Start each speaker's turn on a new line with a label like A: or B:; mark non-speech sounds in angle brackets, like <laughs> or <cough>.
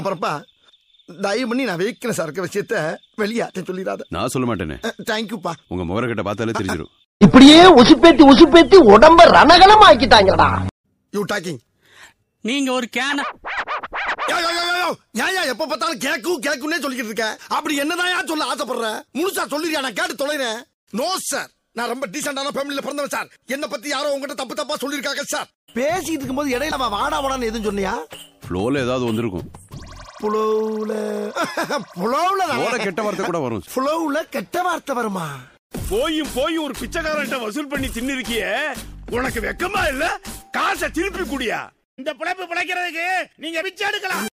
A: அப்புறப்பா தயவு பண்ணி நான் வீக்னஸ் இருக்க விஷயத்த வெளியாட்ட சொல்லிடாத
B: நான் சொல்ல மாட்டேனே
A: தேங்க்யூப்பா
B: உங்க முகரக்கட்ட பார்த்தாலே தெரிஞ்சிடும்
C: இப்படியே உசுப்பேத்தி உசுப்பேத்தி உடம்ப ரணகலம் ஆக்கிட்டாங்கடா
A: யூ டாக்கிங்
D: நீங்க ஒரு கேன
A: ஏன் எப்ப பார்த்தாலும் கேக்கு கேக்குன்னே சொல்லிக்கிட்டு இருக்க அப்படி என்னதான் சொல்ல ஆசைப்படுற முழுசா சொல்லிடுறியா நான் கேட்டு தொலைறேன் நோ சார் நான் ரொம்ப டீசெண்டான ஃபேமிலியில பிறந்தவன் சார் என்ன பத்தி யாரோ உங்ககிட்ட தப்பு தப்பா சொல்லியிருக்காங்க சார் பேசிட்டு இருக்கும்போது இடையில அவன் வாடா வாடான்னு எதுவும் சொன்னியா
B: ஃப்ளோல ஏதாவது வந்திருக்கும்
A: <laughs> புலவுல புலவுல
B: ஃப்ளோல கெட்ட வார்த்தை கூட வரும்
A: புலவுல கெட்ட வார்த்தை வருமா
E: போயும் போய் ஒரு பிச்சைக்காரன்ட்ட வசூல் பண்ணி தின்னிருக்கியே உனக்கு வெக்கமா இல்ல காசை திருப்பி குடியா இந்த பிழைப்பு பிழைக்கிறதுக்கு நீங்க பிச்சை எடுக்கலாம்